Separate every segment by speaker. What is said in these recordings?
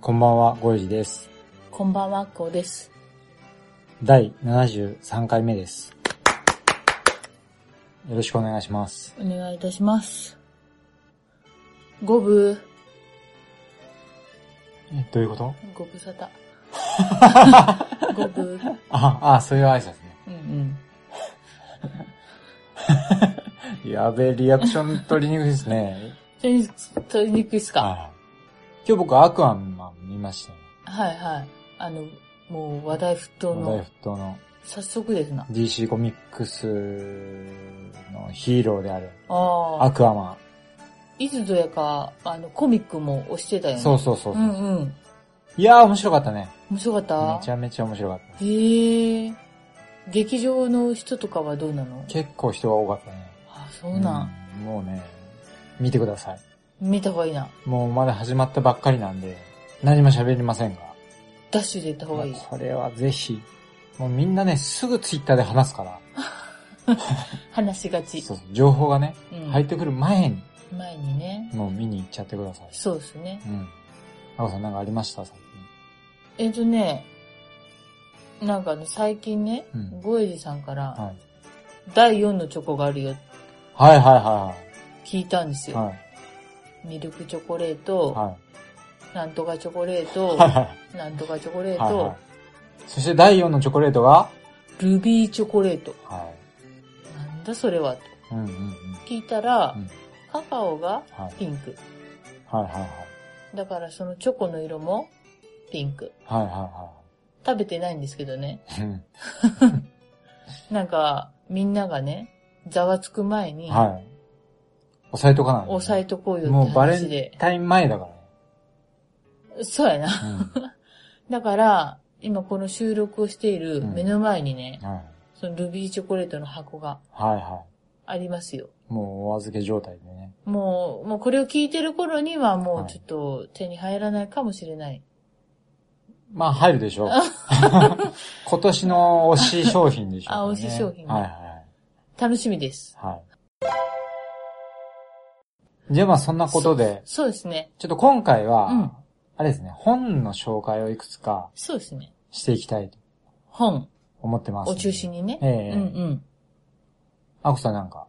Speaker 1: こんばんは、ゴイジです。
Speaker 2: こんばんはこうです
Speaker 1: 第73回目です。よろしくお願いします。
Speaker 2: お願いいたしますごぶ
Speaker 1: え、どういうこと
Speaker 2: ご無沙汰 ごぶ
Speaker 1: あ、あ、そういう挨拶ね。
Speaker 2: うん
Speaker 1: やべえ、リアクション取りにくいですね。
Speaker 2: 取りに取りにくいっすか
Speaker 1: あ今日僕、アクアマン見ましたね。
Speaker 2: はいはいあのもう話題沸騰
Speaker 1: 話題
Speaker 2: の
Speaker 1: 沸騰の
Speaker 2: 早速ですな
Speaker 1: DC コミックスのヒーローである、
Speaker 2: ああ
Speaker 1: アクアマ
Speaker 2: いつぞやか、あの、コミックも押してたよ
Speaker 1: ン。
Speaker 2: ね。
Speaker 1: そうそうそう。う
Speaker 2: うんうん。
Speaker 1: いやー、面白かったね。
Speaker 2: 面白か
Speaker 1: め
Speaker 2: っ
Speaker 1: ち
Speaker 2: た
Speaker 1: ゃめちゃ面白かった。
Speaker 2: へえ。劇場の人とかはどうなの
Speaker 1: 結構人が多かったね。
Speaker 2: あ、そうなん。
Speaker 1: うんもうね、見てください。
Speaker 2: 見た方がいいな。
Speaker 1: もうまだ始まったばっかりなんで、何も喋りませんが。
Speaker 2: ダッシュで行った方がいい
Speaker 1: もう。これはぜひ、もうみんなね、すぐツイッターで話すから、
Speaker 2: 話しがち。
Speaker 1: そうそう情報がね、
Speaker 2: うん
Speaker 1: 入ってくる前に、
Speaker 2: 前にね。
Speaker 1: もう見に行っちゃってください。
Speaker 2: そうですね。
Speaker 1: うん。あこさんなんかありました最
Speaker 2: えっとね、なんかね、最近ね
Speaker 1: うん、
Speaker 2: ゴエジさんか
Speaker 1: 近。
Speaker 2: ら、
Speaker 1: はい。
Speaker 2: 第4のチョコがあるよ、
Speaker 1: はいはいは
Speaker 2: 聞いたんです
Speaker 1: い
Speaker 2: よ。
Speaker 1: はい。
Speaker 2: ミルクチョコレート、
Speaker 1: は
Speaker 2: なんとかチョコレー
Speaker 1: い。はい
Speaker 2: ト、
Speaker 1: はい。
Speaker 2: なんとかチョコレー
Speaker 1: はい
Speaker 2: ト
Speaker 1: は、い。そして第4のチョコレートが、
Speaker 2: ルビーチョコレート。
Speaker 1: は
Speaker 2: なんだそれはと
Speaker 1: い。うんうんうん。
Speaker 2: 聞いたら、
Speaker 1: うん
Speaker 2: カカオが
Speaker 1: はい。
Speaker 2: ピンク。
Speaker 1: はいはいはい。
Speaker 2: だからそのチョコの色もピンク。
Speaker 1: はいは
Speaker 2: 食べてないんですけどね。
Speaker 1: いはい。うん
Speaker 2: なんか、みんながね、ざわつく前に、
Speaker 1: はい。押さえとかないとね
Speaker 2: 押さえとこうよ
Speaker 1: も
Speaker 2: って
Speaker 1: うバレ
Speaker 2: 話
Speaker 1: ン
Speaker 2: で。
Speaker 1: タイン前だか
Speaker 2: そうやな。
Speaker 1: らね。
Speaker 2: だから、今この収録をしている
Speaker 1: うん
Speaker 2: 目の前にね
Speaker 1: う、ん。はい。
Speaker 2: そのルビーチョコレートの箱が
Speaker 1: はいは
Speaker 2: ありますよ。
Speaker 1: い。もうお預け状態でね。
Speaker 2: もう、もうこれを聞いてる頃にはも
Speaker 1: は
Speaker 2: う
Speaker 1: い
Speaker 2: ちょっと手に入らないかもしれない。
Speaker 1: まあ入るでしょう。 今年の推し商品でしょう、ね。
Speaker 2: あ推し商品ね
Speaker 1: はいは
Speaker 2: 楽しみです。
Speaker 1: い。はい。じゃあまあそんなことで、
Speaker 2: そうですね。
Speaker 1: ちょっと今回は、
Speaker 2: うん
Speaker 1: あれですね、本の紹介をいくつか
Speaker 2: そうですね。
Speaker 1: していきたいと
Speaker 2: 本
Speaker 1: 思ってます。
Speaker 2: を中心
Speaker 1: に。
Speaker 2: にね。
Speaker 1: ええ
Speaker 2: うんうん。
Speaker 1: あこさんなんか。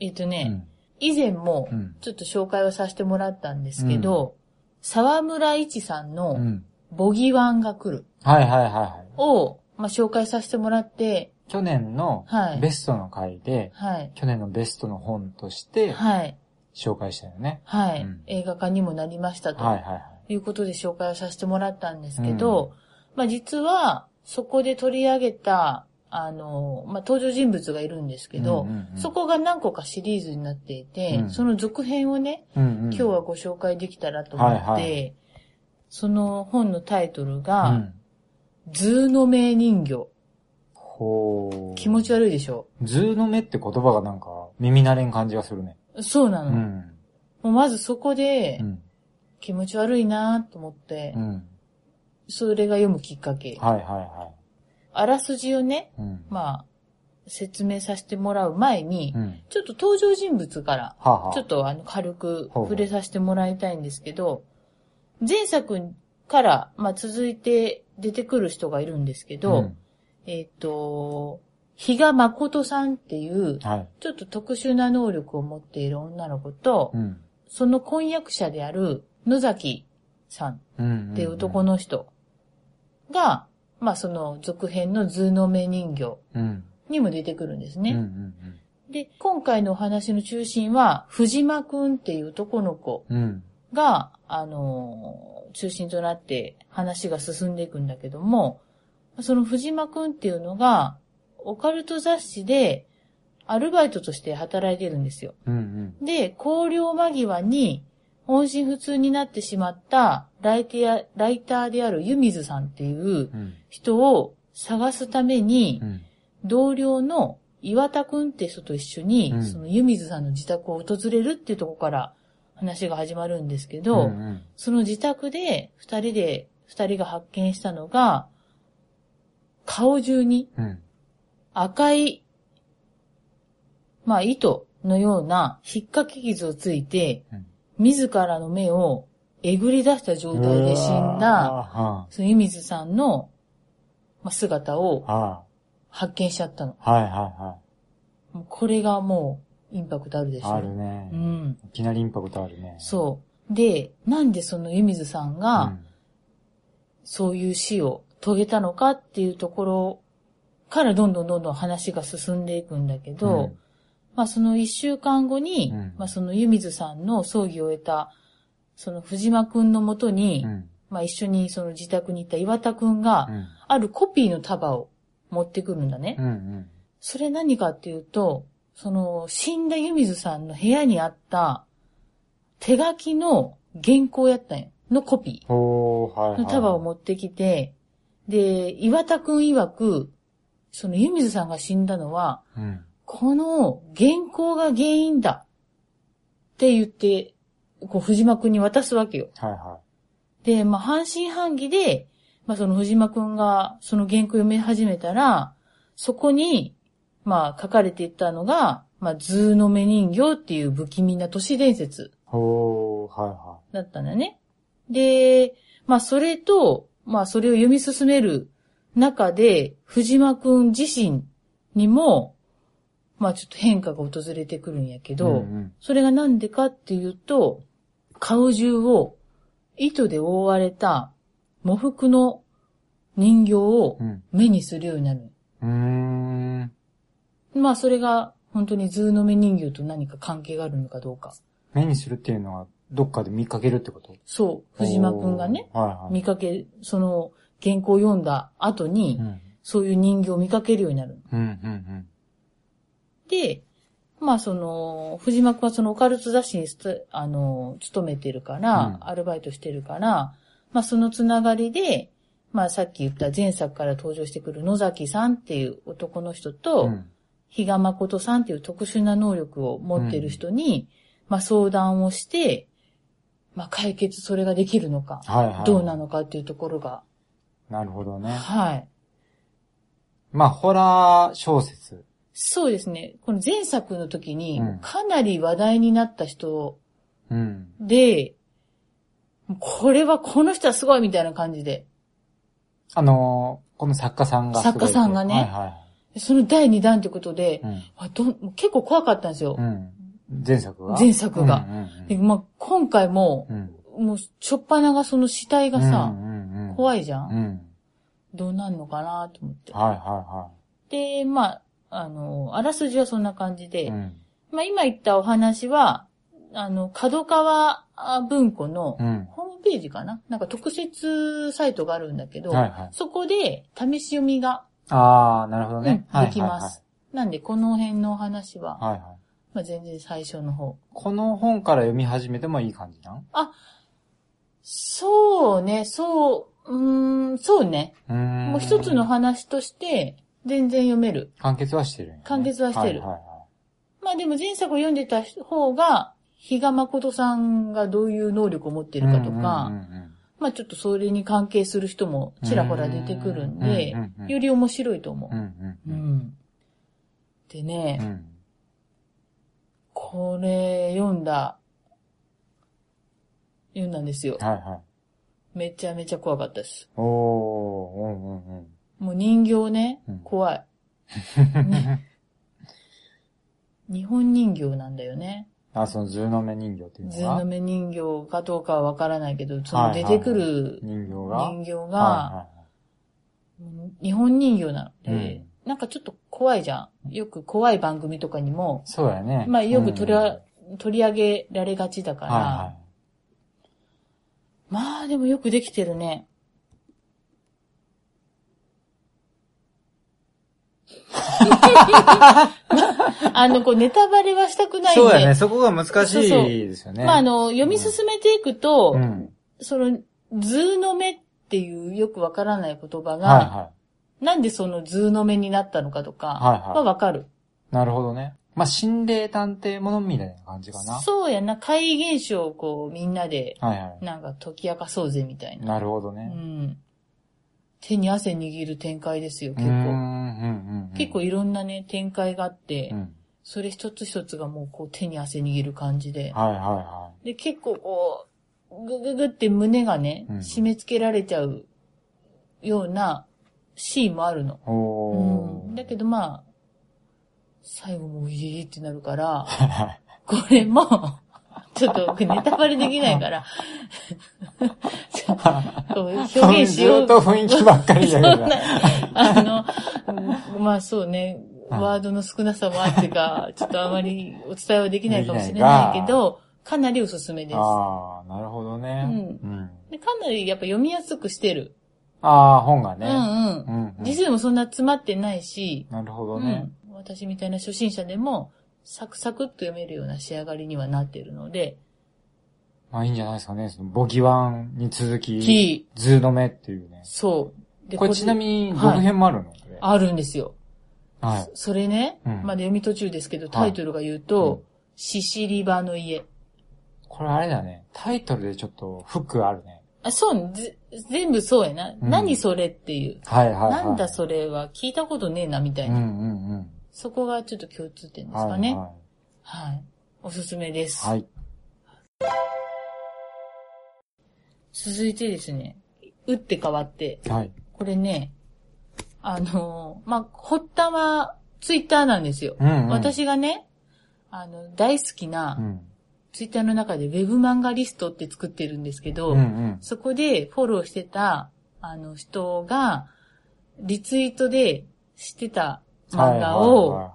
Speaker 2: えっ、と
Speaker 1: う
Speaker 2: ね、
Speaker 1: ん。
Speaker 2: 以前も
Speaker 1: うん。
Speaker 2: ちょっと紹介をさせてもらったんですけど、沢村一さん
Speaker 1: う
Speaker 2: の
Speaker 1: ん。
Speaker 2: ボギワンが来る
Speaker 1: はいはいはいはい。
Speaker 2: を、まあ、紹介させてもらって、
Speaker 1: 去年の
Speaker 2: はい
Speaker 1: ベストの回で、
Speaker 2: はい。
Speaker 1: 去年のベストの本として
Speaker 2: はい。
Speaker 1: 紹介したよね。
Speaker 2: はい、
Speaker 1: うん
Speaker 2: 映画化にもなりました
Speaker 1: はい
Speaker 2: と
Speaker 1: はいはい。
Speaker 2: いうことで紹介をさせてもらったんですけど、まあ、実は、そこで取り上げた、あの、まあ、登場人物がいるんですけど、
Speaker 1: うんうんうん
Speaker 2: そこが何個かシリーズになっていて、
Speaker 1: うん
Speaker 2: その続編をね、
Speaker 1: うんうん、
Speaker 2: 今日はご紹介できたらと思って、
Speaker 1: はいは
Speaker 2: その本のタイトル
Speaker 1: う
Speaker 2: が、
Speaker 1: ん、
Speaker 2: 図の名人形。
Speaker 1: ほう。
Speaker 2: 気持ち悪いでしょ
Speaker 1: 図の目って言葉がなんか耳慣れん感じがするね。
Speaker 2: そうな
Speaker 1: う
Speaker 2: の。も
Speaker 1: ん。
Speaker 2: うまずそこで
Speaker 1: う、ん。
Speaker 2: 気持ち悪いなと思って
Speaker 1: う、ん。
Speaker 2: それが読むきっかけ。
Speaker 1: はいはいは
Speaker 2: あらすじをね、
Speaker 1: い。うん。あ、
Speaker 2: まあ、説明させてもらう前に
Speaker 1: う、ん。
Speaker 2: ちょっと登場人物から、
Speaker 1: はあ、はあ、
Speaker 2: ちょっとあの軽く
Speaker 1: ほうほう
Speaker 2: 触れさせてもらいたいんですけど、前作から、まあ、続いて出てくる人がいるんですけど、
Speaker 1: うん
Speaker 2: えっ、と、比嘉誠さんっていう、
Speaker 1: はい。
Speaker 2: ちょっと特殊な能力を持っている女の子と、
Speaker 1: うん。
Speaker 2: その婚約者である野崎さん
Speaker 1: うんうん、
Speaker 2: っていう男の人が、まあその続編の図の目人形
Speaker 1: うん。
Speaker 2: にも出てくるんですね。
Speaker 1: うんうん
Speaker 2: で、今回のお話の中心は、藤間くんっていう男の子
Speaker 1: うん。うん。
Speaker 2: が、あのー中心となって話が進んでいくんだけども、その藤間くんっていうのが、オカルト雑誌で、アルバイトとして働いてるんですよ。
Speaker 1: うんうん。
Speaker 2: で、高陵間際に、音信不通になってしまったライティアライターである湯水さんっていう
Speaker 1: うん。
Speaker 2: 人を探すために
Speaker 1: う、ん。
Speaker 2: 同僚の岩田くんって人と一緒に、
Speaker 1: うん
Speaker 2: その湯水さんの自宅を訪れるっていうところから話が始まるんですけど、
Speaker 1: うんうん
Speaker 2: その自宅で二人で、二人が発見したのが、顔中に
Speaker 1: うん。
Speaker 2: 赤い、まあ糸のような引っ掛け傷をついて、
Speaker 1: うん
Speaker 2: 自らの目をえぐり出した状態で死んだ、
Speaker 1: うわ
Speaker 2: その湯水さんのまあ姿を
Speaker 1: ーは
Speaker 2: 発見しちゃったの。
Speaker 1: あはいはいは
Speaker 2: もうこれがもうインパクトあるで
Speaker 1: い。
Speaker 2: しょ。
Speaker 1: あるね
Speaker 2: う。ん。
Speaker 1: いきなりインパクトあるね。
Speaker 2: そう。で、なんでその湯水さん
Speaker 1: うん。
Speaker 2: が、そういう死を遂げたのかっていうところからどんどんどんどん話が進んでいくんだけど、
Speaker 1: うん
Speaker 2: まあその一週間後に、
Speaker 1: うん
Speaker 2: まあその湯水さんの葬儀を終えた、その藤間くんのもとに、
Speaker 1: うん。
Speaker 2: まあ一緒にその自宅に行った岩田くんが、
Speaker 1: うん。
Speaker 2: あるコピーの束を持ってくるんだね。
Speaker 1: うんうん。
Speaker 2: それ何かっていうと、その死んだ湯水さんの部屋にあった手書きの原稿やったんよ。のコピー。
Speaker 1: おー、はいはい。
Speaker 2: の束を持ってきて、で、岩田くん曰く、その湯水さんが死んだのは、
Speaker 1: うん。
Speaker 2: この原稿が原因だ。って言って、こう、藤間くんに渡すわけよ。
Speaker 1: はいは
Speaker 2: で、まあ、半信半疑で、まあ、その藤間くんがその原稿を読み始めたら、そこに、まあ、書かれていたのが、まあ、図の目人形っていう不気味な都市伝説。
Speaker 1: い。おー、はいは
Speaker 2: だったんだね。で、まあそれと、まあそれを読み進める中で、藤間くん自身にも、まあちょっと変化が訪れてくるんやけ
Speaker 1: い。
Speaker 2: ど、
Speaker 1: んん
Speaker 2: それがなんでかっていうと、顔中を糸で覆われた喪服の人形を
Speaker 1: うん。
Speaker 2: 目にするようになる。
Speaker 1: うーん。
Speaker 2: まあそれが本当に図の目人形と何か関係があるのかどうか。
Speaker 1: 目にするっていうのは、どっかで見かけるってこと
Speaker 2: そう、藤間くんがね。。
Speaker 1: おーはいはい。
Speaker 2: 見かけ、その原稿を読んだ後に、
Speaker 1: うん。
Speaker 2: そういう人形を見かけるようになる。
Speaker 1: うん、うん、
Speaker 2: で、まあその、藤巻はそのオカルト雑誌にすとあの、勤めてるから、
Speaker 1: うん
Speaker 2: アルバイトしてるから、まあそのつながりで、まあさっき言った前作から登場してくる野崎さんっていう男の人
Speaker 1: うん。
Speaker 2: と、
Speaker 1: うん。
Speaker 2: 比嘉誠さんっていう特殊な能力を持ってる人に、まあ相談をして、まあ解決それができるのか、
Speaker 1: はいはい。
Speaker 2: どうなのかっていうところが、
Speaker 1: なるほどね。
Speaker 2: はい。
Speaker 1: まあ、ホラー小説。
Speaker 2: そうですね。この前作の時に
Speaker 1: うん、
Speaker 2: かなり話題になった人
Speaker 1: うん。
Speaker 2: で、これはこの人はすごいみたいな感じで。
Speaker 1: あのーこの作家さんがすごいっていう。
Speaker 2: 作家さんがね
Speaker 1: はいは
Speaker 2: その第2弾ということで
Speaker 1: い、はい。
Speaker 2: あどん結構怖かったんですよ
Speaker 1: う。ん。うん。前作が
Speaker 2: 前作が。
Speaker 1: う
Speaker 2: で
Speaker 1: ん
Speaker 2: まあ、今回も
Speaker 1: う、んうん。
Speaker 2: もう、しょっぱながその死体がさ、怖
Speaker 1: い。
Speaker 2: いじゃ。
Speaker 1: うんん。
Speaker 2: どうなんのかなと思って。
Speaker 1: はいは
Speaker 2: で、まあ、あの、あらすじはそんな感じ
Speaker 1: いはい。
Speaker 2: で
Speaker 1: う、ん。
Speaker 2: まあ、今言ったお話は、あの、角川あ文庫の
Speaker 1: う、ん。
Speaker 2: ホームページかななんか特設サイトがあるんだけど、
Speaker 1: はいはい。
Speaker 2: そこで試し読みが、
Speaker 1: ああ、なるほどね。
Speaker 2: うん
Speaker 1: はい
Speaker 2: できます。。なんで、この辺のお話は、
Speaker 1: はいはいはいはい。
Speaker 2: まあ、全然最初の方。
Speaker 1: この本から読み始めてもいい感じなん
Speaker 2: そうね、そう、うーん、そうね。
Speaker 1: うーん。
Speaker 2: もう一つの話として、全然読める。
Speaker 1: 完結はしてるんやね、
Speaker 2: 完結はしてる
Speaker 1: はいはい
Speaker 2: まあでも前作を読んでた方が、比嘉誠さんがどういう能力を持ってる
Speaker 1: はい。
Speaker 2: かとか、
Speaker 1: うんうんうんうん
Speaker 2: まあちょっとそれに関係する人もちらほら出てくるんで
Speaker 1: うんうんうんう、ん
Speaker 2: より面白いと思
Speaker 1: うん
Speaker 2: う。
Speaker 1: う
Speaker 2: うんん。でね、
Speaker 1: うん。うん。
Speaker 2: これ読んだ、読んだんですよ。
Speaker 1: はいはい。
Speaker 2: めちゃめちゃ怖かったです。
Speaker 1: おー、うんうんうん。
Speaker 2: もう人形ね
Speaker 1: うん、
Speaker 2: 怖 い。ね日本人形なんだよね。
Speaker 1: あ、その十の目人形っていう
Speaker 2: ズ
Speaker 1: の
Speaker 2: ー
Speaker 1: は
Speaker 2: ム目人形かどうかはわからないけど、そ
Speaker 1: は
Speaker 2: の
Speaker 1: いは
Speaker 2: 出
Speaker 1: いはい
Speaker 2: てくる
Speaker 1: 人形が
Speaker 2: 人形
Speaker 1: はい
Speaker 2: が、
Speaker 1: はいはい
Speaker 2: 日本人形なので
Speaker 1: うん、
Speaker 2: なんかちょっと怖いじゃん。よく怖い番組とかにも、
Speaker 1: そうやね。
Speaker 2: まあよく取り
Speaker 1: うん
Speaker 2: あ取り上げられがちだか
Speaker 1: はいは
Speaker 2: ら、まあでもよくできてる ね。あの、こう、ネタバレはしたくないんで。
Speaker 1: そうだね。そこが難しいですよね。
Speaker 2: まあ、あの、読み進めていくと、
Speaker 1: うん。
Speaker 2: その、図の目っていうよくわからない言葉が、
Speaker 1: はいは
Speaker 2: なんでその図の目になったのかとか、
Speaker 1: はいはい
Speaker 2: はわかる。
Speaker 1: い。なるほどね。まあ、心霊探偵ものみたいな感じかな。
Speaker 2: そうやな、怪現象をこう、みんなで、
Speaker 1: はいは
Speaker 2: なんか解き明かそうぜみたい
Speaker 1: い。
Speaker 2: な。
Speaker 1: なるほど
Speaker 2: う
Speaker 1: ね。
Speaker 2: ん。手に汗握る展開ですよ、
Speaker 1: うー
Speaker 2: 結
Speaker 1: ん、うん
Speaker 2: 構。、
Speaker 1: うんうん。
Speaker 2: 結構いろんなね、展開があって、
Speaker 1: うん。
Speaker 2: それ一つ一つがもうこう手に汗握る感じで。
Speaker 1: はいはいは
Speaker 2: で、結構こう、ぐぐぐって胸がね、
Speaker 1: うん
Speaker 2: 締め付けられちゃうようなシーンもあるの。
Speaker 1: い。お
Speaker 2: う
Speaker 1: ー。
Speaker 2: ん、 だけどまあ、最後もういいってなるから、
Speaker 1: はいはい。
Speaker 2: これも、ちょっと僕ネタバレできないから、こう表現しよ
Speaker 1: ず
Speaker 2: う
Speaker 1: っ。と雰囲気ばっかり だけど。
Speaker 2: あの、うんまあそうね、
Speaker 1: うん
Speaker 2: ワードの少なさもあってか、ちょっとあまりお伝えはできないかもしれないけど、かなりおすすめです。
Speaker 1: ああ、なるほどね。
Speaker 2: う
Speaker 1: うん。
Speaker 2: でかなりやっぱ読みやすくしてる。
Speaker 1: ああ、本が
Speaker 2: う
Speaker 1: ね。
Speaker 2: んうん。
Speaker 1: んうん
Speaker 2: 字数もそんな詰まってないし、
Speaker 1: なるほ
Speaker 2: う
Speaker 1: どね。
Speaker 2: ん、私みたいな初心者でも、サクサクっと読めるような仕上がりにはなってるので、
Speaker 1: まあいいんじゃないですかね。そのボギワンに続き、
Speaker 2: キ
Speaker 1: ズーの目っていうね
Speaker 2: ー、。そう。で
Speaker 1: これちなみ
Speaker 2: に、
Speaker 1: に、
Speaker 2: はい
Speaker 1: 続編もあるのこれ。
Speaker 2: あるんですよ。
Speaker 1: はい。
Speaker 2: それね、
Speaker 1: うん
Speaker 2: まだ読み途中ですけど、
Speaker 1: い
Speaker 2: タイトルが言う
Speaker 1: うん
Speaker 2: と、シシリバの家。
Speaker 1: これあれだね。タイトルでちょっと、フックあるね。
Speaker 2: あ、そう、ぜ全部そうやな。
Speaker 1: ん
Speaker 2: 何それっていう。
Speaker 1: はいはいはい。
Speaker 2: なんだそれは聞いたことねえな、みた
Speaker 1: れ
Speaker 2: い
Speaker 1: うん
Speaker 2: な。
Speaker 1: うんうん。
Speaker 2: そこがちょっと共通点です
Speaker 1: はいは
Speaker 2: か
Speaker 1: い
Speaker 2: ね。はい、おすすめです。
Speaker 1: はい。
Speaker 2: 続いてですね、打って変わって、
Speaker 1: はい。
Speaker 2: これね、あのーまあ、発端はツイッターなんですよ。
Speaker 1: うんうん
Speaker 2: 私がね、あの、大好き
Speaker 1: う
Speaker 2: な、
Speaker 1: ん。
Speaker 2: ツイッターの中でウェブ漫画リストって作ってるんですけど、
Speaker 1: うんうん。
Speaker 2: そこでフォローしてた、あの人が、リツイートで知ってた漫画
Speaker 1: はいはい
Speaker 2: を、
Speaker 1: は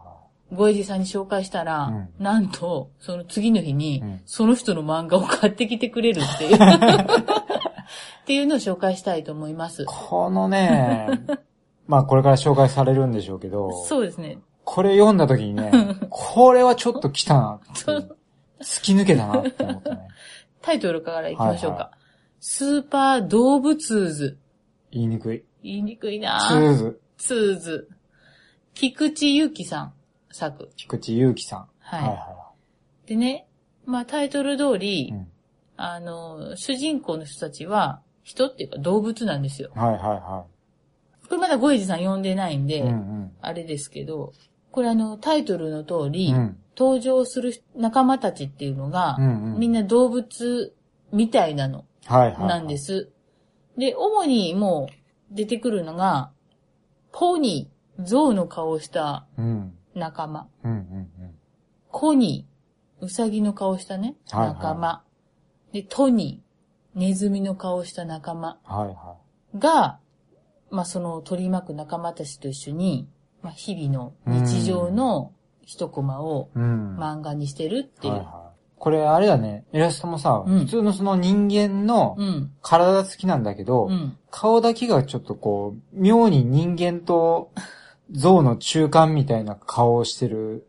Speaker 2: ゴエジさんに紹介したら、
Speaker 1: うん
Speaker 2: なんと、その次の日に、
Speaker 1: うん
Speaker 2: その人の漫画を買ってきてくれるっていう。っていうのを紹介したいと思います
Speaker 1: い。このね、 まあこれから紹介されるんでしょうけど、
Speaker 2: そうですね。
Speaker 1: これ読んだ時に ね、これはちょっと来たなっていう。突き抜けたなって思ったね。
Speaker 2: タイトルからいきましょうか。
Speaker 1: はいは
Speaker 2: スーパー動物図。
Speaker 1: 言いにくい。
Speaker 2: 言いにくい
Speaker 1: ツ
Speaker 2: なぁ
Speaker 1: ーズ、
Speaker 2: ツーズ。菊池祐希さん作。
Speaker 1: 菊池祐希さん。
Speaker 2: はい。
Speaker 1: はいは
Speaker 2: でね、まあタイトル通り、
Speaker 1: い。うん
Speaker 2: あの、主人公の人たちは、人っていうか動物なんですよ。
Speaker 1: はいはいは
Speaker 2: これまだゴエジさん呼んでないんで、
Speaker 1: い。うん
Speaker 2: あれですけど、これあの、タイトルの通
Speaker 1: う
Speaker 2: り、
Speaker 1: ん。うん。
Speaker 2: 登場する仲間たちっていうのが、
Speaker 1: うんうん
Speaker 2: みんな動物みたいなの。
Speaker 1: はいはい。
Speaker 2: なんで。す。で、主にもう出てくるのが、ポニー、象の顔をした
Speaker 1: うん。
Speaker 2: 仲間。
Speaker 1: うんうんうん。
Speaker 2: コニー、ウサギの顔をしたね、
Speaker 1: はいはい
Speaker 2: 仲間。で、トニー、ネズミの顔をした仲間
Speaker 1: はいは
Speaker 2: が、まあ、その取り巻く仲間たちと一緒に、まあ、日々の日常の一コマを
Speaker 1: い。うん。
Speaker 2: 漫画にしてるっていう。
Speaker 1: はいはい。これあれだね、イラストもさ、
Speaker 2: うん
Speaker 1: 普通のその人間の
Speaker 2: うん。
Speaker 1: 体つきなんだけど、
Speaker 2: うん。
Speaker 1: 顔だけがちょっとこう、妙に人間 と象の中間みたいな顔をしてる、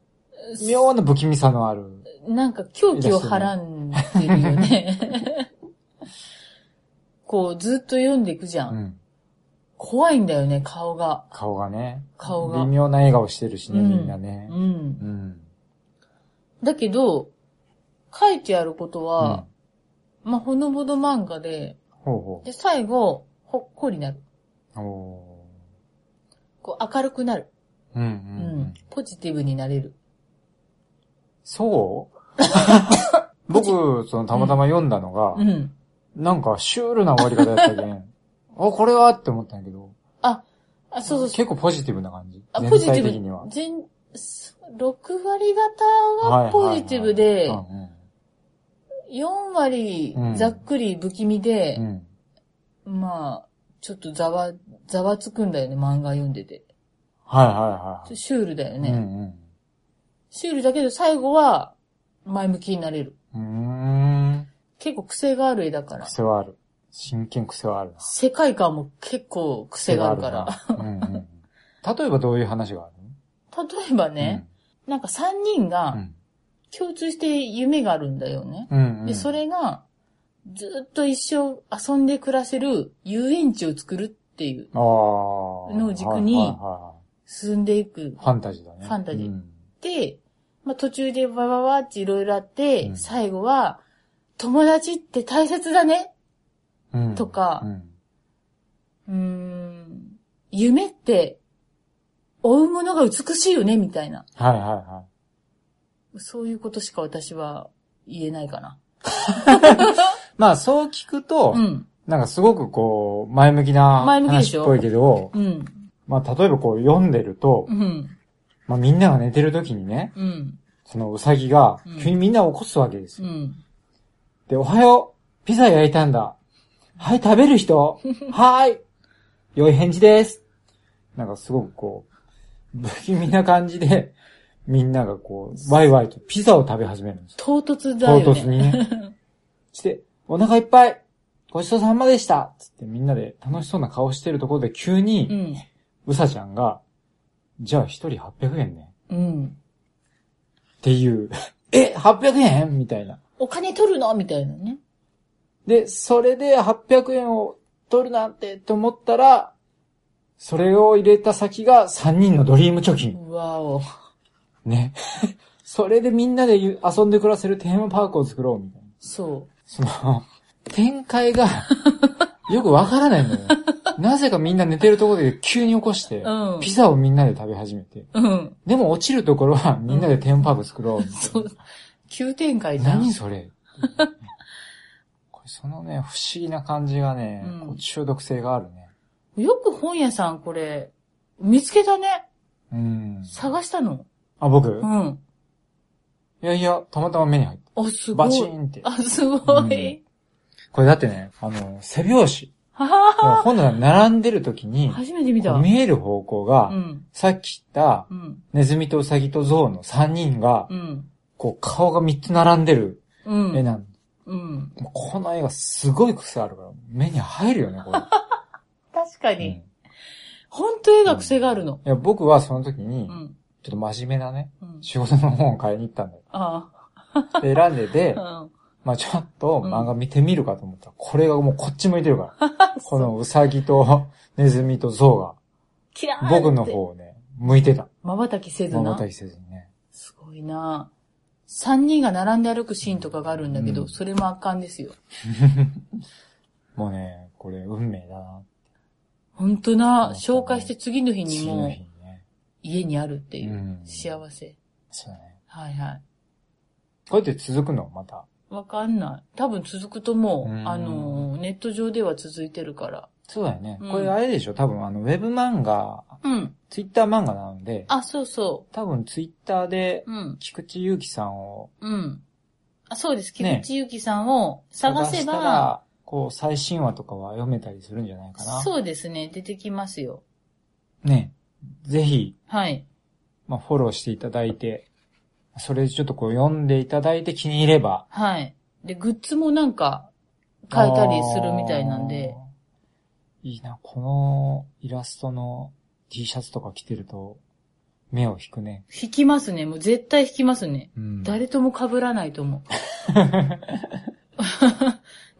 Speaker 1: 妙な不気味さのある。
Speaker 2: なんか狂気をはらんでるよ ね。こう、ずっと読んでいくじゃ。
Speaker 1: うんん。
Speaker 2: 怖いんだよね、顔が。
Speaker 1: 顔がね。
Speaker 2: 顔が
Speaker 1: 微妙な笑顔してるしね、
Speaker 2: うん
Speaker 1: みんなね
Speaker 2: う。ん
Speaker 1: う。ん。
Speaker 2: だけど、書いてあること
Speaker 1: うん
Speaker 2: は、まあ、ほのぼの漫画で、
Speaker 1: ほうほ
Speaker 2: で、最後、ほっこりなる。
Speaker 1: う。お
Speaker 2: こう、明るくなる。
Speaker 1: ーうんう
Speaker 2: うん
Speaker 1: うん
Speaker 2: ん。。ポジティブになれる。
Speaker 1: そう僕、そのたまたま読んだのが
Speaker 2: う、ん。
Speaker 1: なんかシュールな終わり方だったけん。 あ、これはって思ったんやけど。
Speaker 2: あ、あ、そうそうそう。
Speaker 1: 結構ポジティブな感じ。
Speaker 2: あ、
Speaker 1: 全
Speaker 2: ポジテ
Speaker 1: 体
Speaker 2: ィブ
Speaker 1: 的には。。
Speaker 2: 全、6割方がポジティブで、
Speaker 1: はいはいはい
Speaker 2: 4割
Speaker 1: うん
Speaker 2: ざっくり不気味で
Speaker 1: うんう、ん。
Speaker 2: まあ、ちょっとざわ、ざわつくんだよね、漫画読んでて。
Speaker 1: はいはいはいはい。
Speaker 2: シュールだよ
Speaker 1: う
Speaker 2: ね。
Speaker 1: ん
Speaker 2: シュールだけど最後は前向きになれる。
Speaker 1: うん。うーん。
Speaker 2: 結構癖がある絵だから。
Speaker 1: 癖はある。真剣癖はあるな。
Speaker 2: 世界観も結構癖があるから。
Speaker 1: 癖があるな。うんうん。例えばどういう話がある
Speaker 2: 例えばね、なんか3人
Speaker 1: う
Speaker 2: が
Speaker 1: ん。
Speaker 2: 共通して夢があるんだよね。
Speaker 1: うん。うん。
Speaker 2: で、それが、ずっと一生遊んで暮らせる遊園地を作るっていう、
Speaker 1: あー
Speaker 2: のを軸に
Speaker 1: はいはいは
Speaker 2: 進んでいく
Speaker 1: い。ファンタジーだね。
Speaker 2: ファンタジー
Speaker 1: うん
Speaker 2: で、まあ、途中でわわわっていろいろあって、
Speaker 1: うん
Speaker 2: 最後は、友達って大切だね。
Speaker 1: うん
Speaker 2: とかう
Speaker 1: うん
Speaker 2: ーん、夢って、追うものが美しいよね、みたいな。
Speaker 1: はいはいは
Speaker 2: そういうことしか私は言えないかな。
Speaker 1: い。まあそう聞くと、
Speaker 2: うん。
Speaker 1: なんかすごくこう、前向きな
Speaker 2: 前向きでし
Speaker 1: 話
Speaker 2: ょ
Speaker 1: っぽいけど、
Speaker 2: うん。
Speaker 1: まあ例えばこう読んでると、
Speaker 2: うん。
Speaker 1: まあみんなが寝てる時にね、
Speaker 2: うん。
Speaker 1: そのうさぎが
Speaker 2: うん、
Speaker 1: 急にみんなを起こすわけですよ。
Speaker 2: うん。
Speaker 1: で、おはようピザ焼いたんだはい、食べる 人はーい良い返事ですなんかすごくこう、不気味な感じで、みんながこう、ワイワイとピザを食べ始めるんですよ。
Speaker 2: 唐突だよ
Speaker 1: 唐
Speaker 2: ね。
Speaker 1: 突にね。 して、お腹いっぱいごちそうさまでしたつってみんなで楽しそうな顔してるところで急に、うさちゃんが、じゃあ一人800円ね。
Speaker 2: うん。うん。
Speaker 1: っていう、 え ?800 円みたいな。
Speaker 2: お金取るのみたいなね。
Speaker 1: で、それで800円を取るなんてと思ったら、それを入れた先が3人のドリーム貯金。
Speaker 2: わお。
Speaker 1: ね。それでみんなで遊遊んで暮らせるテーマパークを作ろうみたいな。
Speaker 2: そ
Speaker 1: その、展 開がよくわからないのよ。なぜかみんな寝てるところで急に起こして、
Speaker 2: うん
Speaker 1: ピザをみんなで食べ始めて。
Speaker 2: う。うん。
Speaker 1: でも落ちるところはみんなでテーマパーク作ろうみたいな。
Speaker 2: そう。急展開だ。
Speaker 1: 何 それこれそのね、不思議な感じがね、
Speaker 2: うん
Speaker 1: こう中毒性があるね。
Speaker 2: よく本屋さんこれ、見つけたね。
Speaker 1: うん。
Speaker 2: 探したの。
Speaker 1: あ、僕、
Speaker 2: う
Speaker 1: い
Speaker 2: ん。
Speaker 1: やいや、たまたま目に入っ
Speaker 2: あ、す
Speaker 1: た。
Speaker 2: ご
Speaker 1: バチ
Speaker 2: い。
Speaker 1: ーンって。
Speaker 2: あ、すごい。
Speaker 1: これだってね、あの、背拍子。
Speaker 2: はは
Speaker 1: 本棚に並んでる時に、
Speaker 2: 初めて見た。
Speaker 1: こ
Speaker 2: う
Speaker 1: う見える方向が、
Speaker 2: ん。
Speaker 1: さっき言った、
Speaker 2: うん。
Speaker 1: ネズミとウサギとゾウの3人が、
Speaker 2: うん。
Speaker 1: こう顔が3つ並んでる
Speaker 2: う
Speaker 1: 絵
Speaker 2: ん。
Speaker 1: なん
Speaker 2: うん。
Speaker 1: もうこの絵がすごい癖あるから、目に入るよね、こ
Speaker 2: 確か
Speaker 1: れ。
Speaker 2: に。ほんと絵が癖があるの
Speaker 1: い。や、僕はその時に、
Speaker 2: うん。
Speaker 1: ちょっと真面目なね、
Speaker 2: うん。
Speaker 1: 仕事の本を買いに行った んだよ。
Speaker 2: あ
Speaker 1: で、選んでて、
Speaker 2: あ。うん。
Speaker 1: まあちょっと漫画見てみるかと思ったら、これがもうこっち向いて るから。このウサギとネズミとゾウ
Speaker 2: キラーン
Speaker 1: が、
Speaker 2: って
Speaker 1: 僕の。方をね、向いてた。
Speaker 2: 瞬きせず
Speaker 1: ま
Speaker 2: な
Speaker 1: ば。たきせずにね。
Speaker 2: すごいな三人が並んで歩くシーンとかがあるんだけど、
Speaker 1: うん
Speaker 2: それも圧巻ですよ。
Speaker 1: もうね、これ運命だな。
Speaker 2: ほんとな
Speaker 1: うん
Speaker 2: 紹介して次の日に
Speaker 1: 次の
Speaker 2: も
Speaker 1: 日にね。
Speaker 2: 家にあるっていうう。
Speaker 1: ん。
Speaker 2: 幸せ。
Speaker 1: そうだね。
Speaker 2: はいはい。
Speaker 1: こうやって続くのまた。
Speaker 2: わかんない。多分続くともう、
Speaker 1: うん
Speaker 2: あのー、ネット上では続いてるから。
Speaker 1: そうだよね。
Speaker 2: うん
Speaker 1: これあれでしょ多分あの、ウェブ漫画、
Speaker 2: うん。
Speaker 1: ツイッター漫画なので、
Speaker 2: あ、そうそ
Speaker 1: 多分ツイッターで
Speaker 2: う。、うん。
Speaker 1: 菊池祐希さんを
Speaker 2: うん。あ、そうです。菊
Speaker 1: ね
Speaker 2: 池ゆきさんを探せ
Speaker 1: した
Speaker 2: ば、
Speaker 1: ら、こう、最新話とかは読めたりするんじゃないかな。
Speaker 2: そうですね。出てきますよ。
Speaker 1: ね。ぜひ、
Speaker 2: はい。
Speaker 1: まあ、フォローしていただいて、それでちょっとこう読んでいただいて気に入れば。
Speaker 2: はい。で、グッズもなんか、変えたりするみたいなんで。
Speaker 1: あー。いいな、このイラストの T シャツとか着てると、目を引くね。
Speaker 2: 引きますね。もう絶対引きますね。
Speaker 1: うん。
Speaker 2: 誰とも被らないと思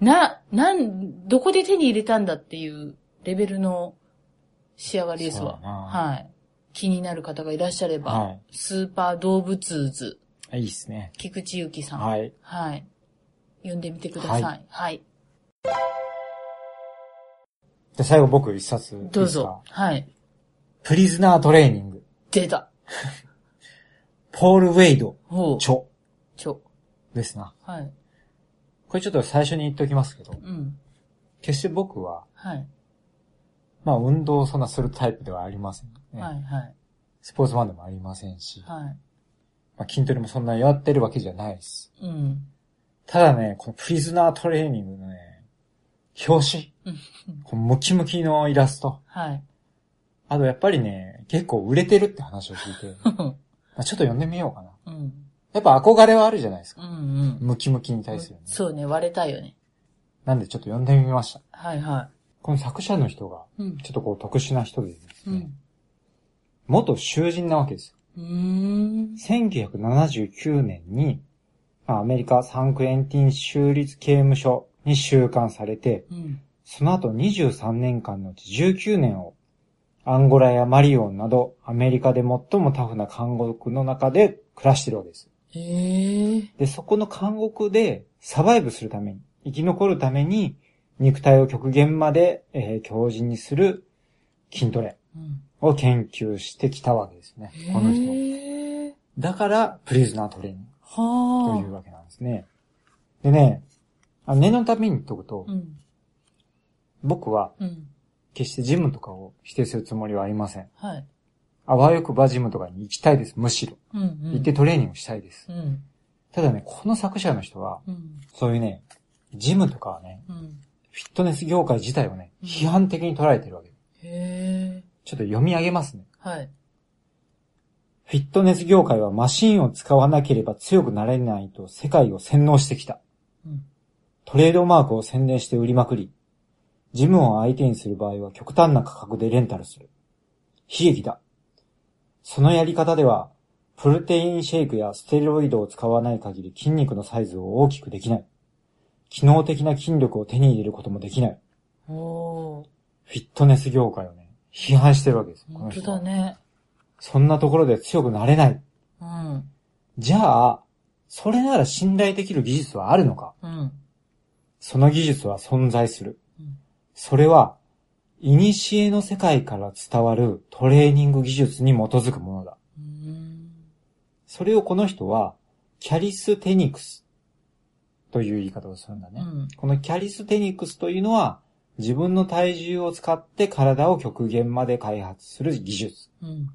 Speaker 2: う。 な、なん、どこで手に入れたんだっていうレベルの仕上がりです
Speaker 1: そう
Speaker 2: わ
Speaker 1: だ。な
Speaker 2: はい。気になる方がいらっしゃれば、
Speaker 1: はい
Speaker 2: スーパー動物図、
Speaker 1: いいですね。
Speaker 2: 菊池ゆきさん。はい。
Speaker 1: はい。
Speaker 2: 読んでみてください。は。
Speaker 1: はい
Speaker 2: はい、
Speaker 1: じゃあ最後僕一冊いいですか。
Speaker 2: どうぞ。はい。
Speaker 1: プリズナートレーニング。
Speaker 2: 出た。
Speaker 1: ポール・ウェイド、
Speaker 2: ほう。
Speaker 1: 著
Speaker 2: ちょ。
Speaker 1: ですな。
Speaker 2: はい。
Speaker 1: これちょっと最初に言っておきますけど、
Speaker 2: うん。
Speaker 1: 決して僕は、
Speaker 2: はい。
Speaker 1: まあ運動をそんなするタイプではありません、ね
Speaker 2: はい。はい。
Speaker 1: スポーツマンでもありませんし、
Speaker 2: はい。
Speaker 1: まあ、筋トレもそんなやってるわけじゃないです。
Speaker 2: うん。
Speaker 1: ただね、このプリズナートレーニングのね、表
Speaker 2: うん
Speaker 1: 紙。このムキムキのイラスト。
Speaker 2: はい。
Speaker 1: あとやっぱりね、結構売れてるって話を聞い て、まあちょっと読んでみようかな。
Speaker 2: うん。
Speaker 1: やっぱ憧れはあるじゃないです
Speaker 2: う
Speaker 1: か。
Speaker 2: んうん。
Speaker 1: ムキムキに対するね。
Speaker 2: そうね、割れたいよね。
Speaker 1: なんでちょっと読んでみました。
Speaker 2: はいは
Speaker 1: この作者の人が、
Speaker 2: い。うん。
Speaker 1: ちょっとこう特殊な人でです
Speaker 2: う
Speaker 1: ね、
Speaker 2: ん。
Speaker 1: 元囚人なわけですよ。
Speaker 2: うーん。
Speaker 1: 1979年に、まあアメリカサンクエンティン州立刑務所に収監されて、
Speaker 2: うん。
Speaker 1: その後23年間のうち19年を、アンゴラやマリオンなど、アメリカで最もタフな監獄の中で暮らしてるわけです。
Speaker 2: ええ
Speaker 1: で、そこの監獄でサバイブするために、生き残るために、肉体を極限まで、えー強靭にする筋トレ
Speaker 2: うん。
Speaker 1: を研究してきたわけですね。この人。
Speaker 2: へえ
Speaker 1: だから、プリズナートレーニングという
Speaker 2: は
Speaker 1: わけなんですね。でね、あの念のために言っとくと
Speaker 2: あ。う、ん。
Speaker 1: 僕は
Speaker 2: うん。
Speaker 1: 決してジムとかを否定するつもりはありません。
Speaker 2: はい。
Speaker 1: あわよくばジムとかに行きたいです、むしろ。
Speaker 2: うん、うん。
Speaker 1: 行ってトレーニングしたいです。
Speaker 2: うん。
Speaker 1: ただね、この作者の人は、
Speaker 2: うん。
Speaker 1: そういうね、ジムとかはね、
Speaker 2: うん。
Speaker 1: フィットネス業界自体をね、
Speaker 2: うん
Speaker 1: 批判的に捉えてるわけ。
Speaker 2: へえ
Speaker 1: ちょっと読み上げますね。
Speaker 2: はい。
Speaker 1: フィットネス業界はマシンを使わなければ強くなれないと世界を洗脳してきた。
Speaker 2: うん。
Speaker 1: トレードマークを宣伝して売りまくり、ジムを相手にする場合は極端な価格でレンタルする。悲劇だ。そのやり方では、プロテインシェイクやステロイドを使わない限り筋肉のサイズを大きくできない。機能的な筋力を手に入れることもできない。
Speaker 2: おー。
Speaker 1: フィットネス業界をね、批判してるわけです。この
Speaker 2: 本当
Speaker 1: 人は
Speaker 2: だね。
Speaker 1: そんなところで強くなれない。
Speaker 2: うん。
Speaker 1: じゃあ、それなら信頼できる技術はあるのか
Speaker 2: うん。
Speaker 1: その技術は存在する
Speaker 2: うん。
Speaker 1: それは、古の世界から伝わるトレーニング技術に基づくものだ。
Speaker 2: うーん。
Speaker 1: それをこの人は、キャリステニクスという言い方をするんだ
Speaker 2: う
Speaker 1: ね。
Speaker 2: ん。
Speaker 1: このキャリステニクスというのは、自分の体重を使って体を極限まで開発する技術。
Speaker 2: うん。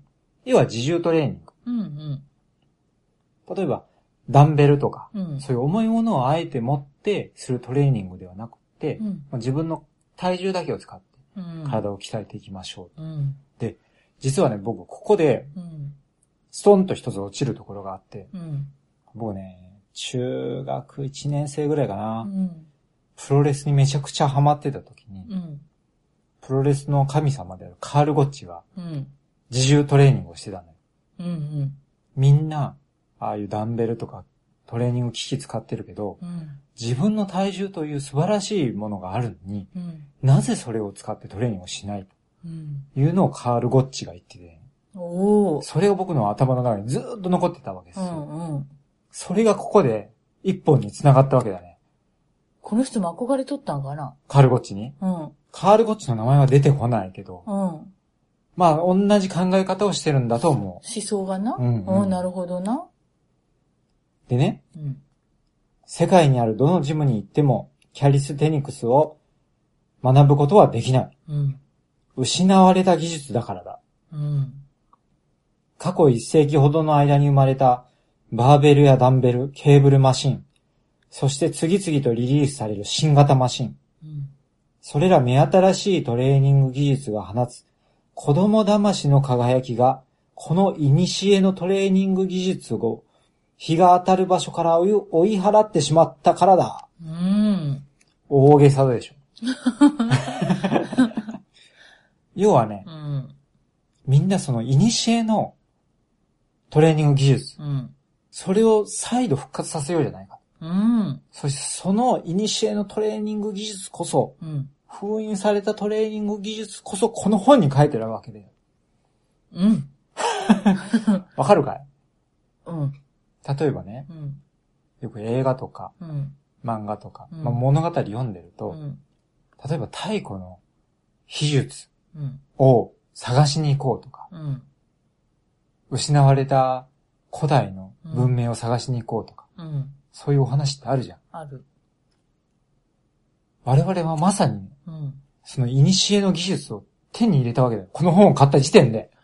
Speaker 1: 要は自重トレーニン
Speaker 2: うん。うん。
Speaker 1: グ。例えば、ダンベルとか、
Speaker 2: うん。
Speaker 1: そういう重いものをあえて持ってするトレーニングではなくて、
Speaker 2: う
Speaker 1: も
Speaker 2: ん。
Speaker 1: う自分の体重だけを使って
Speaker 2: うん。
Speaker 1: 体を鍛えていきましょう。
Speaker 2: うん。
Speaker 1: 実はね、僕、ここで、
Speaker 2: うん。
Speaker 1: ストンと一つ落ちるところがあって、
Speaker 2: うん。
Speaker 1: 僕ね、中学1年生ぐらいかな、
Speaker 2: うん。
Speaker 1: プロレスにめちゃくちゃハマってた時に、
Speaker 2: うん。
Speaker 1: プロレスの神様であるカール・ゴッチが
Speaker 2: うん。
Speaker 1: 自重トレーニングをしてたのよ。
Speaker 2: うん。
Speaker 1: みんな、ああいうダンベルとかトレーニング機器使ってるけど、
Speaker 2: うん。
Speaker 1: 自分の体重という素晴らしいものがあるのに、
Speaker 2: うん。
Speaker 1: なぜそれを使ってトレーニングをしない
Speaker 2: うん。
Speaker 1: というのをカール・ゴッチが言ってて、
Speaker 2: おー。
Speaker 1: それが僕の頭の中にずーっと残ってたわけです
Speaker 2: う
Speaker 1: よ。
Speaker 2: ん。うん。
Speaker 1: それがここで一本に繋がったわけだね。
Speaker 2: この人も憧れとったんかな
Speaker 1: カールゴッチに。
Speaker 2: うん。
Speaker 1: カールゴッチの名前は出てこないけど、
Speaker 2: うん。思
Speaker 1: まあ同じ考え方をしてるんだと思
Speaker 2: 想がな。
Speaker 1: うんうん
Speaker 2: うん。なるほどな。
Speaker 1: う。でね、
Speaker 2: うん。
Speaker 1: 世界にあるどのジムに行っても、キャリステニクスを学ぶことはできない。
Speaker 2: うん。
Speaker 1: 失われた技術だからだ。
Speaker 2: うん。
Speaker 1: 過去1世紀ほどの間に生まれた、バーベルやダンベル、ケーブルマシン、そして次々とリリースされる新型マシン、
Speaker 2: うん。
Speaker 1: それら目新しいトレーニング技術が放つ子供魂の輝きが、この古のトレーニング技術を日が当たる場所から追い追い払ってしまったからだ。
Speaker 2: うん。
Speaker 1: 大げさでしょ。要はね
Speaker 2: う、ん。
Speaker 1: みんなその古のトレーニング技術、
Speaker 2: うん。
Speaker 1: それを再度復活させようじゃないか。
Speaker 2: うん。
Speaker 1: そしてその古のトレーニング技術こそ、
Speaker 2: うん。
Speaker 1: 封印されたトレーニング技術こそこの本に書いてるわけで。
Speaker 2: うん。
Speaker 1: わかるかい
Speaker 2: うん。
Speaker 1: 例えばね、
Speaker 2: うん。
Speaker 1: よく映画とか
Speaker 2: うん。
Speaker 1: 漫画とか、
Speaker 2: うん
Speaker 1: まあ、物語読んでる
Speaker 2: う
Speaker 1: と、
Speaker 2: ん。
Speaker 1: 例えば太古の秘術
Speaker 2: うん。
Speaker 1: を探しに行こうとか、
Speaker 2: うん。
Speaker 1: 失われた古代の文明を探しに行こうとか、
Speaker 2: うん。
Speaker 1: そういうお話ってあるじゃん。
Speaker 2: ある。
Speaker 1: 我々はまさに、
Speaker 2: うん。
Speaker 1: その古の技術を手に入れたわけだよ。この本を買った時点
Speaker 2: う
Speaker 1: で。
Speaker 2: ん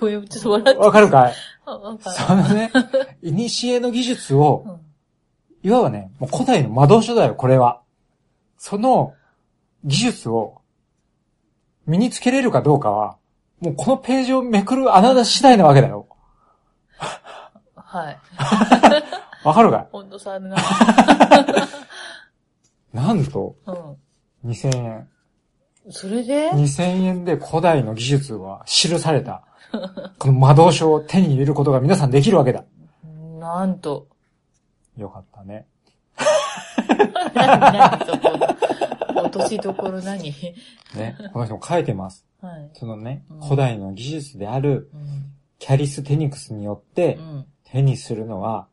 Speaker 2: ごめん、ちょっと笑っ
Speaker 1: わかるかい
Speaker 2: た。わか
Speaker 1: そのね、古の技術を、
Speaker 2: る。
Speaker 1: いわばね、もう古代の魔導書だよ、これは。その技術を身につけれるかどうかは、もうこのページをめくるあなた次第なわけだよ。
Speaker 2: はい。
Speaker 1: わかるか
Speaker 2: 温度差あるな。
Speaker 1: いなんと、
Speaker 2: うん。
Speaker 1: 2000円。
Speaker 2: それで
Speaker 1: 2000円で古代の技術は記された、この魔導書を手に入れることが皆さんできるわけだ。
Speaker 2: なんと。
Speaker 1: よかったね。
Speaker 2: 何そこの落としどころ何
Speaker 1: ね。この人も書いてます。
Speaker 2: はい。
Speaker 1: そのね
Speaker 2: うん、
Speaker 1: 古代の技術である
Speaker 2: うん。
Speaker 1: キャリステニクスによっ
Speaker 2: う
Speaker 1: て
Speaker 2: ん。
Speaker 1: 手にするのは、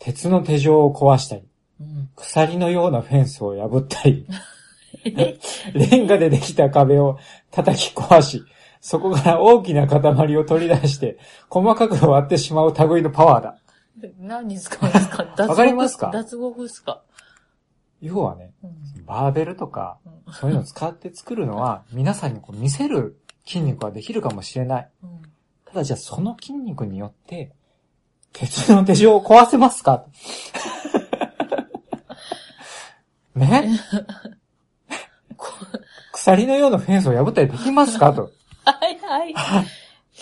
Speaker 1: 鉄の手錠を壊したり、
Speaker 2: うん。
Speaker 1: 鎖のようなフェンスを破ったり、
Speaker 2: え
Speaker 1: レンガでできた壁を叩き壊し、そこから大きな塊を取り出して、細かく割ってしまう類のパワーだ。
Speaker 2: 何使うんですか脱獄
Speaker 1: わかりますか
Speaker 2: 脱獄ですか
Speaker 1: 要はね、
Speaker 2: うん
Speaker 1: バーベルとか、
Speaker 2: うん
Speaker 1: そういうのを使って作るのは、皆さんにこう見せる筋肉はできるかもしれない。
Speaker 2: うん
Speaker 1: ただじゃあその筋肉によって、鉄の手錠を壊せますかね
Speaker 2: こ
Speaker 1: 鎖のようなフェンスを破ったりできますかと。
Speaker 2: はいはい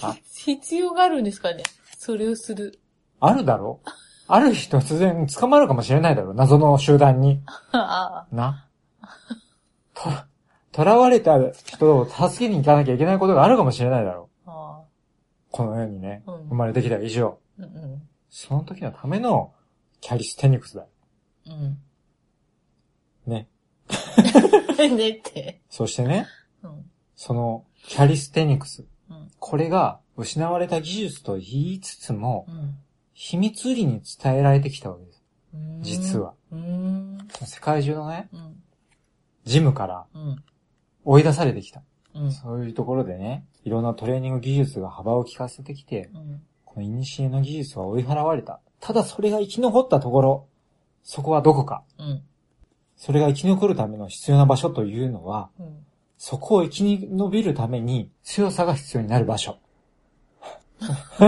Speaker 1: あ。
Speaker 2: 必要があるんですかねそれをする。
Speaker 1: あるだろある日突然捕まるかもしれないだろ謎の集団に。
Speaker 2: あ
Speaker 1: な。と、囚われた人を助けに行かなきゃいけないことがあるかもしれないだろ
Speaker 2: あ。あ
Speaker 1: この世にね、
Speaker 2: うん
Speaker 1: 生まれてきた以上。
Speaker 2: あ。うん
Speaker 1: その時のためのキャリステニクスだよ。
Speaker 2: うん。うん。
Speaker 1: ね。
Speaker 2: ねって。
Speaker 1: そしてね、
Speaker 2: うん。
Speaker 1: そのキャリステニクス。
Speaker 2: うん
Speaker 1: これが失われた技術と言いつつも、
Speaker 2: うん
Speaker 1: 秘密裏に伝えられてきたわけです。
Speaker 2: うん。
Speaker 1: 実は。
Speaker 2: うん。
Speaker 1: 世界中のね、
Speaker 2: うん。
Speaker 1: ジムから
Speaker 2: うん。
Speaker 1: 追い出されてきた。
Speaker 2: うん。
Speaker 1: そういうところでね、いろんなトレーニング技術が幅を利かせてきて、
Speaker 2: うん。
Speaker 1: この古の技術は追い払われた。ただそれが生き残ったところ、そこはどこか。
Speaker 2: うん。
Speaker 1: それが生き残るための必要な場所というのは、
Speaker 2: うん。
Speaker 1: そこを生き延びるために強さが必要になる場所。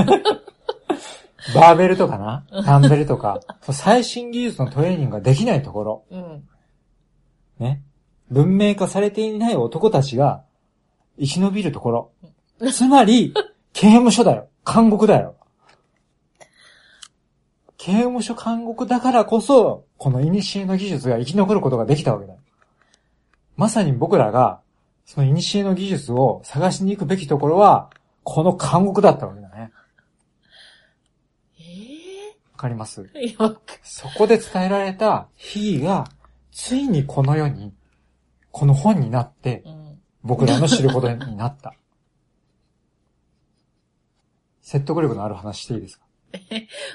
Speaker 1: バーベルとかな、ダンベルとか、そう最新技術のトレーニングができないところ、
Speaker 2: うん。
Speaker 1: ね。文明化されていない男たちが生き延びるところ。つまり、刑務所だよ。監獄だよ。刑務所監獄だからこそ、この古の技術が生き残ることができたわけだよ。まさに僕らが、その古の技術を探しに行くべきところは、この監獄だったわけだね。
Speaker 2: え
Speaker 1: わかります
Speaker 2: えいや、わか
Speaker 1: そこで伝えられた非が、ついにこの世に、この本になって、
Speaker 2: うん。
Speaker 1: 僕らの知ることになった。説得力のある話していいですか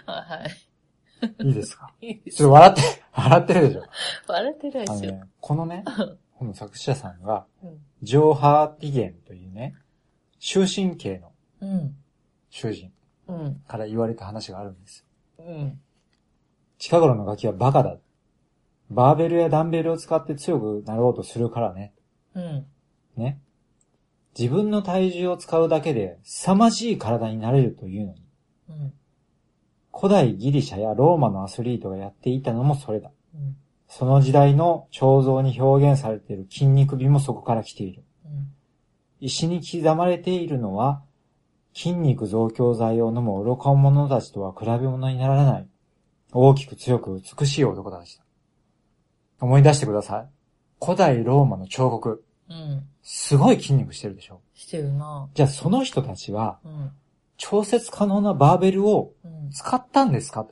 Speaker 2: はい
Speaker 1: いですか
Speaker 2: い。いいです
Speaker 1: ちょっと笑って、笑ってるでしょ
Speaker 2: 笑ってない
Speaker 1: あ
Speaker 2: で
Speaker 1: の
Speaker 2: すよ。
Speaker 1: ね、このね、この作者さんが、
Speaker 2: うん。
Speaker 1: ジョー・ハーティゲンというね、終身刑の
Speaker 2: うん。
Speaker 1: 囚人
Speaker 2: うん。
Speaker 1: から言われた話があるんですよ。
Speaker 2: うん。
Speaker 1: 近頃のガキはバカだ。バーベルやダンベルを使って強くなろうとするからね。
Speaker 2: うん。
Speaker 1: ね。自分の体重を使うだけで凄まじい体になれるというのに、
Speaker 2: うん。
Speaker 1: 古代ギリシャやローマのアスリートがやっていたのもそれだ。
Speaker 2: うん。
Speaker 1: その時代の彫像に表現されている筋肉美もそこから来ている。
Speaker 2: うん。
Speaker 1: 石に刻まれているのは、筋肉増強剤を飲む愚か者たちとは比べ物にならない。大きく強く美しい男たちだ。思い出してください。古代ローマの彫刻、
Speaker 2: うん。
Speaker 1: すごい筋肉してるでしょ。
Speaker 2: してるな
Speaker 1: じゃあその人たちは、
Speaker 2: うん。
Speaker 1: 調節可能なバーベルを
Speaker 2: うん。
Speaker 1: 使ったんで すかと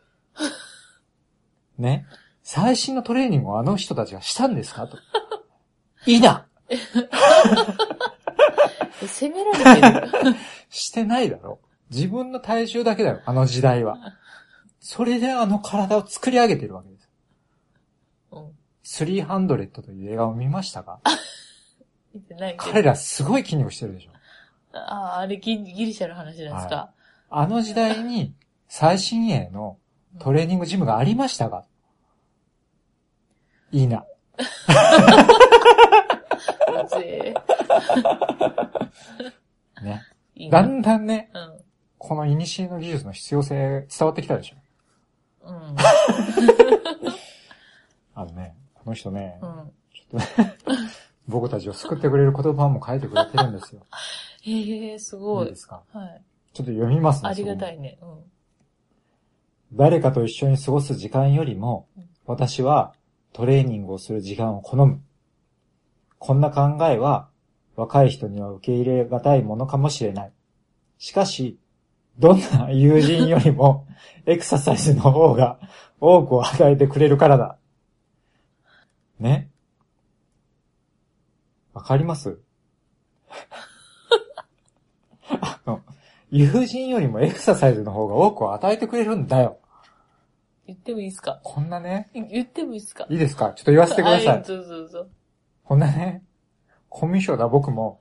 Speaker 1: ね。最新のトレーニングをあの人たちがしたんですかと。いいな
Speaker 2: え、責められてる。
Speaker 1: してないだろ。自分の体重だけだよ、あの時代は。それであの体を作り上げてるわけです。
Speaker 2: うん。
Speaker 1: 300という映画を見ましたか
Speaker 2: 見てないけど。
Speaker 1: 彼らすごい筋肉してるでしょ。
Speaker 2: ああ、あれギリギリシャの話なんですか、
Speaker 1: あの時代に最新鋭のトレーニングジムがありましたかいいな。
Speaker 2: うぜ
Speaker 1: ね。
Speaker 2: えいいな
Speaker 1: だんだんね、
Speaker 2: うん。
Speaker 1: この古の技術の必要性伝わってきたでしょ。
Speaker 2: うん。
Speaker 1: あのね、この人ね、
Speaker 2: うん。
Speaker 1: 僕たちを救ってくれる言葉も書いてくれてるん ですよ。
Speaker 2: へえす
Speaker 1: い
Speaker 2: ご
Speaker 1: い
Speaker 2: い
Speaker 1: で。すか
Speaker 2: はい。
Speaker 1: ちょっと読みますね。
Speaker 2: ありが
Speaker 1: そこも
Speaker 2: たいね。うん。
Speaker 1: 誰かと一緒に過ごす時間よりも
Speaker 2: うん、
Speaker 1: 私はトレーニングをする時間を好む。こんな考えは若い人には受け入れがたいものかもしれない。しかし、どんな友人よ りもエクササイズの方が多くを与えてくれるからだ。ねわかります あの、友人よりもエクササイズの方が多くを与えてくれるんだよ。
Speaker 2: 言ってもいいですか
Speaker 1: こんなね、
Speaker 2: い言ってもいいですか
Speaker 1: いいですかちょっと言わせてくださ
Speaker 2: あ
Speaker 1: い。
Speaker 2: そうそうそう。
Speaker 1: こんなね、コミュ障だ僕も、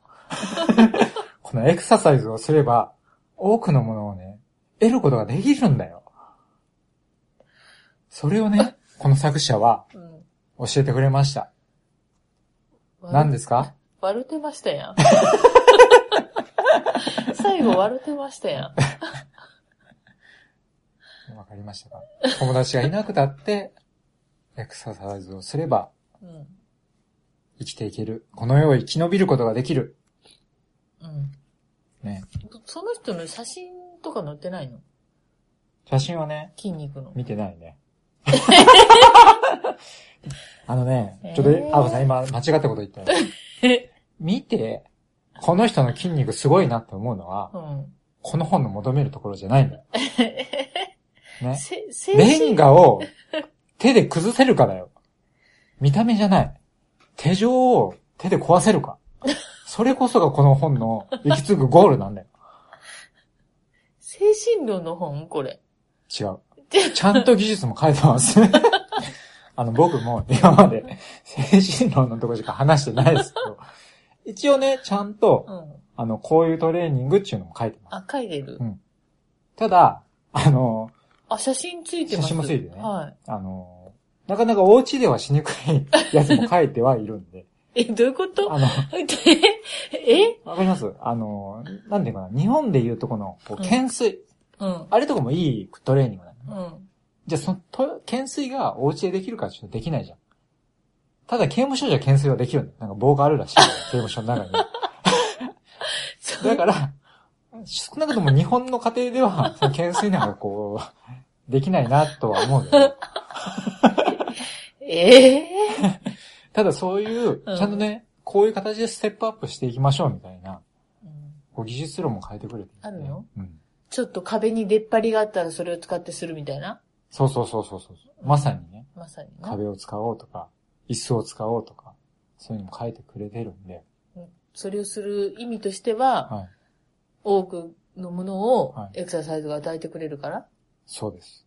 Speaker 1: このエクササイズをすれば、多くのものをね、得ることができるんだよ。それをね、この作者は
Speaker 2: うん。
Speaker 1: 教えてくれました。何ですか
Speaker 2: 割れてました やん。最後割れてましたやん。
Speaker 1: わかりましたか友達がいなくたって、エクササイズをすれば
Speaker 2: うん。
Speaker 1: 生きていける。この世を生き延びることができる。
Speaker 2: うん。
Speaker 1: ね。
Speaker 2: その人の写真とか載ってないの
Speaker 1: 写真はね、
Speaker 2: 筋肉の。
Speaker 1: 見てない ね。あのね、ちょっ
Speaker 2: え
Speaker 1: と、
Speaker 2: ー
Speaker 1: あこさん今間違ったこと言ったよ。見て、この人の筋肉すごいなって思うのは
Speaker 2: う、ん。
Speaker 1: この本の求めるところじゃないんだよ。ね。
Speaker 2: せ、精
Speaker 1: レン
Speaker 2: 神。
Speaker 1: ガを手で崩せるかだよ。見た目じゃない。手錠を手で壊せるか。それこそがこの本の行き着くゴールなんだよ。
Speaker 2: 精神論の本これ。
Speaker 1: 違う。ちゃんと技術も書いてます。あの、僕も今まで精神論のとこしか話してないですけど、一応ね、ちゃんと
Speaker 2: う、ん。
Speaker 1: あの、こういうトレーニングっていうのも書いてます。
Speaker 2: あ、書いてる。
Speaker 1: ただ、あの、
Speaker 2: あ、写真ついてます。
Speaker 1: 写真もついてね
Speaker 2: は
Speaker 1: あの、なかなかお家ではしにくいやつも書いてはいるんで、
Speaker 2: い。え、どういうこと
Speaker 1: あの、
Speaker 2: ええ
Speaker 1: わかりますあの、なんていうかな、日本でいうとこの、こう
Speaker 2: うん
Speaker 1: 懸垂。
Speaker 2: うん。
Speaker 1: あれとかもいいトレーニングなの。
Speaker 2: うん。
Speaker 1: じゃあ、そのと、懸垂がお家でできるかちょっとできないじゃん。ただ、刑務所じゃ懸垂はできるんだよ。なんか棒があるらしいよ。刑務所の 中に。
Speaker 2: そう
Speaker 1: だから、少なくとも日本の家庭では、その懸垂なんかこう、できないなとは思う けど。
Speaker 2: ええ
Speaker 1: ただそういう、ち
Speaker 2: うん
Speaker 1: ゃんとね、こういう形でステップアップしていきましょうみたいな、
Speaker 2: うん
Speaker 1: こう技術論も変えてくれてて
Speaker 2: あるよ。
Speaker 1: うん。
Speaker 2: ちょっと壁に出っ張りがあったらそれを使ってするみたいな。
Speaker 1: そうそうそうそうそう。まさにね、
Speaker 2: まさにな。
Speaker 1: 壁を使おうとか、椅子を使おうとか、そういうのも変えてくれてるんで。
Speaker 2: それをする意味としては、
Speaker 1: はい。
Speaker 2: 多くのものを
Speaker 1: はい
Speaker 2: エクササイズが与えてくれるから。
Speaker 1: そうです。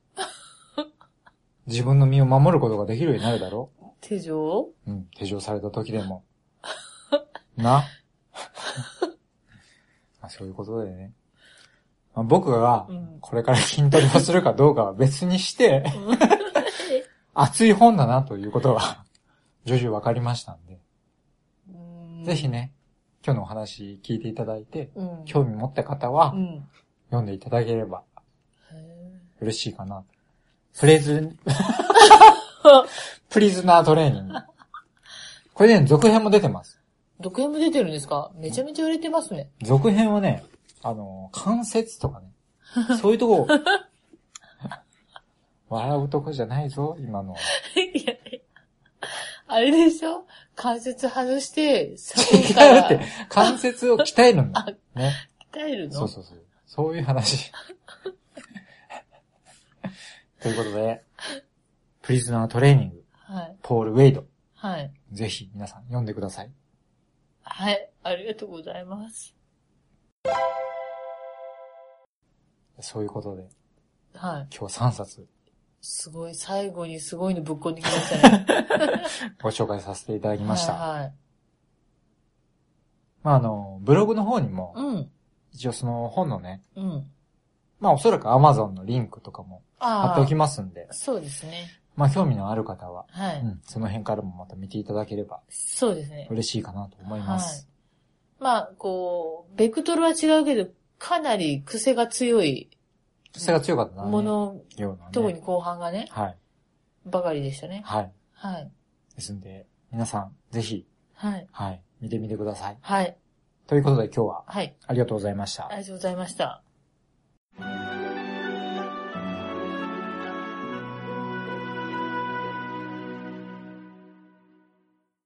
Speaker 1: 自分の身を守ることができるようになるだろ
Speaker 2: 手錠を
Speaker 1: ううん。手錠された時でも。な まあそういうことでね。まあ、僕が
Speaker 2: うん、
Speaker 1: これから筋トレをするかどうかは別にして、熱い本だなということは、徐々に分かりましたんで、
Speaker 2: うん
Speaker 1: ぜひ。ね、今日のお話聞いていただいて、
Speaker 2: うん。
Speaker 1: 興味持った方は
Speaker 2: う、ん。
Speaker 1: 読んでいただければ
Speaker 2: へえ
Speaker 1: 嬉しいかなと。プレズ、プリズナートレーニング。これね、続編も出てます。
Speaker 2: 独演も出てるんですかめちゃめちゃ売れてます ね。
Speaker 1: 続編はね、あの、関節とかね、そういうとこ、 笑うとこじゃないぞ、今のは。
Speaker 2: いやあれでしょ関節外して、サ
Speaker 1: 違
Speaker 2: ポか
Speaker 1: うっ
Speaker 2: ら
Speaker 1: て、 関節を鍛えるんだ。ね。
Speaker 2: 鍛えるの
Speaker 1: そうそうそう。そういう話。 ということで、プリズナートレーニング、
Speaker 2: はい。
Speaker 1: ポール・ウェイド。
Speaker 2: はい。
Speaker 1: ぜひ皆さん読んでください。
Speaker 2: はい。ありがとうございます。
Speaker 1: そういうことで、
Speaker 2: はい。
Speaker 1: 今日3冊
Speaker 2: すごい、最後にすごいのぶっこんできましたね。
Speaker 1: ご紹介させ ていただきました。
Speaker 2: はいはい。
Speaker 1: まあ、あの、ブログの方にも、
Speaker 2: うん。
Speaker 1: 一応その本のね、
Speaker 2: うん。
Speaker 1: まあおそらく Amazon のリンクとかも貼って
Speaker 2: あ
Speaker 1: おきますんで
Speaker 2: あ。、そうですね。
Speaker 1: まあ興味のある方は、
Speaker 2: は
Speaker 1: う
Speaker 2: い。
Speaker 1: ん、その辺からもまた見ていただければ
Speaker 2: そうですね。
Speaker 1: 嬉しいかなと思います。
Speaker 2: まあ、こう、ベクトルは違うけど、かなり癖が強い
Speaker 1: 癖が強かったな、ね。
Speaker 2: もの、
Speaker 1: ようなね。
Speaker 2: 特に後半がね、
Speaker 1: はい。
Speaker 2: ばかりでしたね。
Speaker 1: はい。
Speaker 2: はい。
Speaker 1: ですんで、皆さん、ぜひ、
Speaker 2: はい。
Speaker 1: はい、見てみてください。
Speaker 2: はい。
Speaker 1: ということで今日は
Speaker 2: はい。
Speaker 1: ありがとうございました
Speaker 2: あ。りがとうございました。